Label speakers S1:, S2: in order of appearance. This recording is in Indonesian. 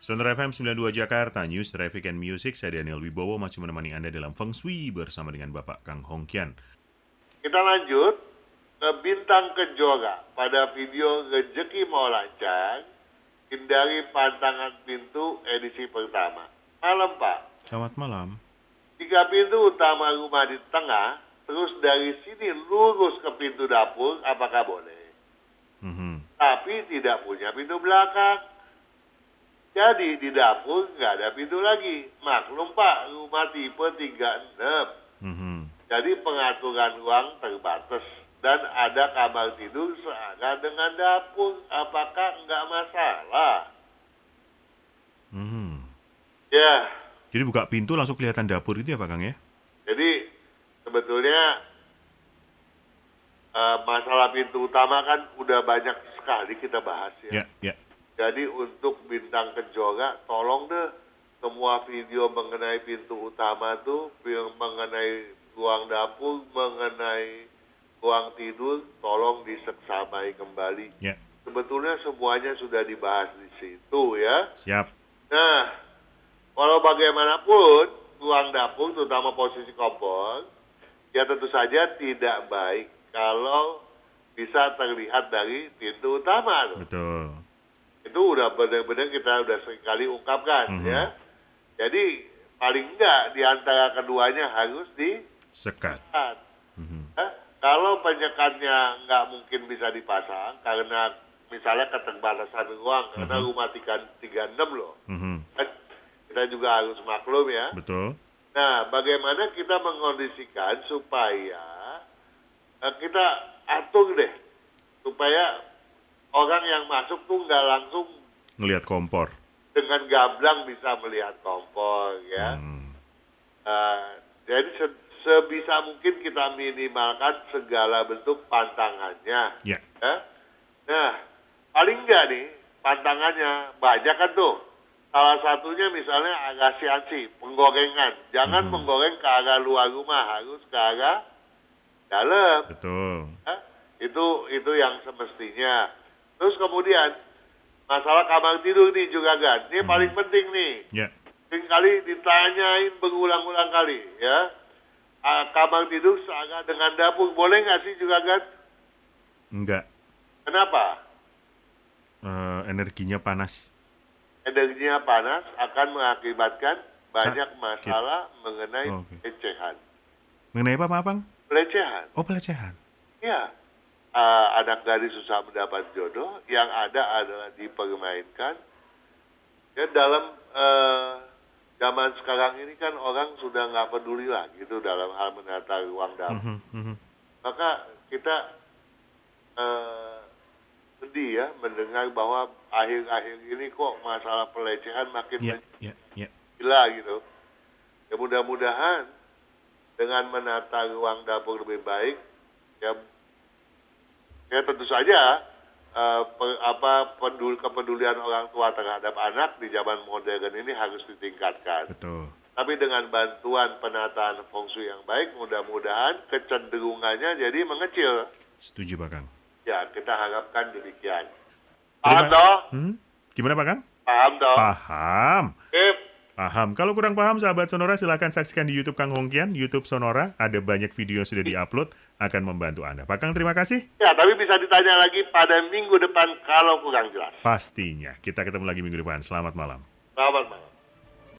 S1: Sonora FM 92 Jakarta, News, Traffic, and Music. Saya Daniel Wibowo masih menemani Anda dalam Feng Shui bersama dengan Bapak Kang Hongkian.
S2: Kita lanjut ke bintang kejora. Pada video rezeki mau lancar, hindari pantangan pintu edisi pertama. Malam Pak,
S1: Selamat malam.
S2: tiga pintu utama rumah di tengah, terus dari sini lurus ke pintu dapur, apakah boleh?
S1: Mhm.
S2: Tapi tidak punya pintu belakang. Jadi di dapur nggak ada pintu lagi. Maklum Pak, rumah tipe 36.
S1: Mhm.
S2: Jadi pengaturan ruang terbatas dan ada kamar tidur searah dengan dapur. Apakah nggak masalah?
S1: Mhm.
S2: Ya,
S1: Jadi buka pintu langsung kelihatan dapur itu ya Pak Kang ya?
S2: jadi sebetulnya eh, masalah pintu utama kan udah banyak sekali kita bahas ya.
S1: Ya, ya.
S2: Jadi untuk bintang kejora, tolong deh semua video mengenai pintu utama tuh, film mengenai ruang dapur, mengenai ruang tidur, tolong diseksamai kembali.
S1: Ya,
S2: Sebetulnya semuanya sudah dibahas di situ ya.
S1: siap.
S2: Nah, walau bagaimanapun ruang dapur terutama posisi kompor, ya tentu saja tidak baik kalau bisa terlihat dari pintu utama. tuh.
S1: Betul.
S2: Itu udah benar-benar kita udah sering kali ungkapkan
S1: Mhm.
S2: ya. Jadi paling enggak di antara keduanya harus di
S1: Sekat. Mhm.
S2: Eh, Kalau penyekatnya nggak mungkin bisa dipasang karena misalnya keterbatasan ruang karena
S1: Mhm.
S2: rumah tiga- 36 loh.
S1: Mhm.
S2: Kan kita juga harus maklum ya.
S1: Betul.
S2: Nah, bagaimana kita mengondisikan supaya eh, kita atur deh supaya orang yang masuk tuh nggak langsung
S1: Ngelihat kompor.
S2: dengan gamblang bisa melihat kompor ya.
S1: Hmm.
S2: Eh, jadi se- sebisa mungkin kita minimalkan segala bentuk pantangannya.
S1: Ya.
S2: Ya. Nah, paling enggak nih pantangannya banyak kan tuh. Salah satunya misalnya agak siansi, penggorengan. Jangan
S1: Mhm.
S2: menggoreng ke arah luar rumah, harus ke arah dalam.
S1: Betul.
S2: Ya, Itu itu yang semestinya. Terus kemudian masalah kamar tidur nih juga kan. Ini
S1: Mhm.
S2: paling penting nih.
S1: Ya.
S2: Seringkali ditanyain berulang-ulang kali ya. Ah, kamar tidur searah dengan dapur. Boleh nggak sih juga kan?
S1: Enggak.
S2: Kenapa?
S1: Eh, energinya panas.
S2: energinya panas akan mengakibatkan banyak masalah mengenai
S1: Oh, oke.
S2: pelecehan.
S1: Mengenai apa, Pak Bang?
S2: Pelecehan,
S1: Oh, pelecehan.
S2: ya. Eh, anak gadis susah mendapat jodoh, yang ada adalah dipermainkan. Ya dalam eh, zaman sekarang ini kan orang sudah nggak peduli lah gitu dalam hal menata ruang dapur.
S1: Mhm, mhm.
S2: Maka kita eh, sedih ya mendengar bahwa akhir-akhir ini kok masalah pelecehan makin
S1: Ya,
S2: banyak.
S1: ya, ya.
S2: gila gitu. Ya mudah-mudahan dengan menata ruang dapur lebih baik, ya, ya tentu saja eh, pe- apa pedul kepedulian orang tua terhadap anak di zaman modern ini harus ditingkatkan.
S1: Betul.
S2: Tapi dengan bantuan penataan feng shui yang baik, mudah-mudahan kecenderungannya jadi mengecil.
S1: Setuju, Pak Kang.
S2: Ya kita harapkan demikian.
S1: Terima-
S2: Paham toh?
S1: Hmm? Gimana, Pak Kang?
S2: Paham toh?
S1: Paham.
S2: Sip.
S1: Paham. Kalau kurang paham, sahabat Sonora silahkan saksikan di YouTube Kang Hongkian, YouTube Sonora. Ada banyak video yang sudah diupload, akan membantu Anda. Pak Kang, terima kasih.
S2: Ya, tapi bisa ditanya lagi pada minggu depan kalau kurang jelas.
S1: Pastinya. Kita ketemu lagi minggu depan. Selamat malam.
S2: Selamat malam.